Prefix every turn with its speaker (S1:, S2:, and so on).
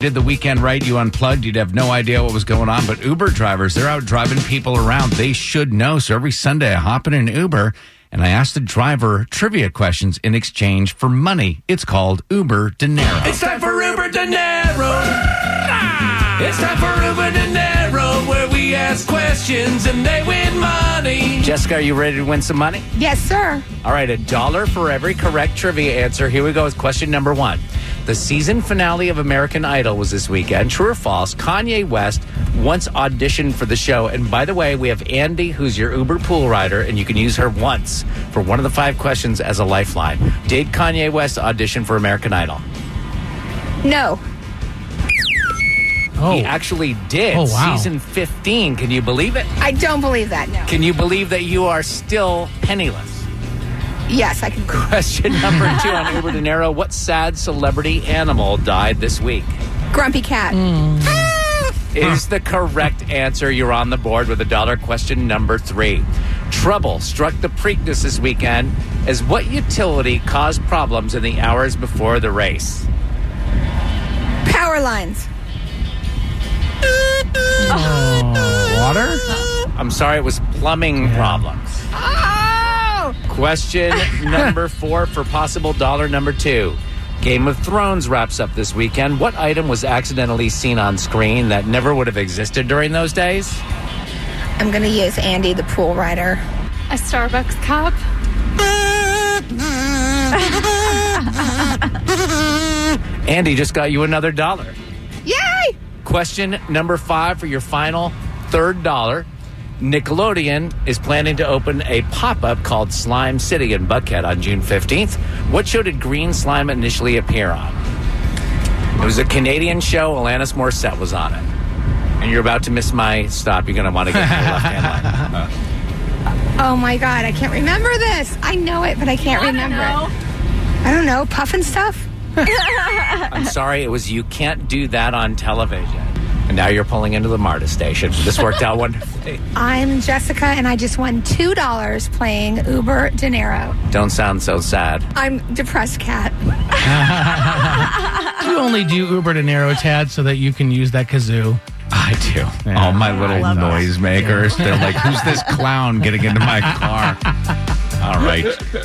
S1: did the weekend right, you unplugged, you'd have no idea what was going on. But Uber drivers, they're out driving people around. They should know. So every Sunday, I hop in an Uber and I ask the driver trivia questions in exchange for money. It's called Uber Dinero.
S2: It's time for Uber Dinero. It's time for Uber Dinero, where we ask questions and they win money.
S1: Jessica, are you ready to win some money?
S3: Yes, sir.
S1: All right, a dollar for every correct trivia answer. Here we go with question number one. The season finale of American Idol was this weekend. True or false? Kanye West once auditioned for the show. And by the way, we have Andy, who's your Uber pool rider, and you can use her once for one of the five questions as a lifeline. Did Kanye West audition for American Idol?
S3: No.
S1: He actually did.
S4: Oh, wow.
S1: Season 15. Can you believe it?
S3: I don't believe that. No.
S1: Can you believe that you are still penniless?
S3: Yes, I can.
S1: Question number two on Uber Dinero. What sad celebrity animal died this week?
S3: Grumpy cat.
S1: Is the correct answer. You're on the board with a dollar. Question number three. Trouble struck the Preakness this weekend as what utility caused problems in the hours before the race?
S3: Power lines.
S4: Water?
S1: I'm sorry, it was plumbing problems.
S3: Oh!
S1: Question number four for possible dollar number two. Game of Thrones wraps up this weekend. What item was accidentally seen on screen that never would have existed during those days?
S3: I'm going to use Andy, the pool rider.
S5: A Starbucks cup?
S1: Andy just got you another dollar.
S3: Yay!
S1: Question number five for your final third dollar. Nickelodeon is planning to open a pop up called Slime City in Buckhead on June 15th. What show did Green Slime initially appear on? It was a Canadian show. Alanis Morissette was on it. And you're about to miss my stop. You're going to want to get to the left hand line.
S3: Oh my God, I can't remember this. I know it, but I can't remember it. I don't know. Puff and stuff?
S1: I'm sorry, it was You Can't Do That on Television. And now you're pulling into the MARTA station. This worked out wonderfully.
S3: I'm Jessica, and I just won $2 playing Uber Dinero.
S1: Don't sound so sad.
S3: I'm depressed cat.
S4: You only do Uber Dinero, Tad, so that you can use that kazoo.
S1: I do.
S4: Yeah.
S1: All my little noisemakers. They're like, who's this clown getting into my car? All right.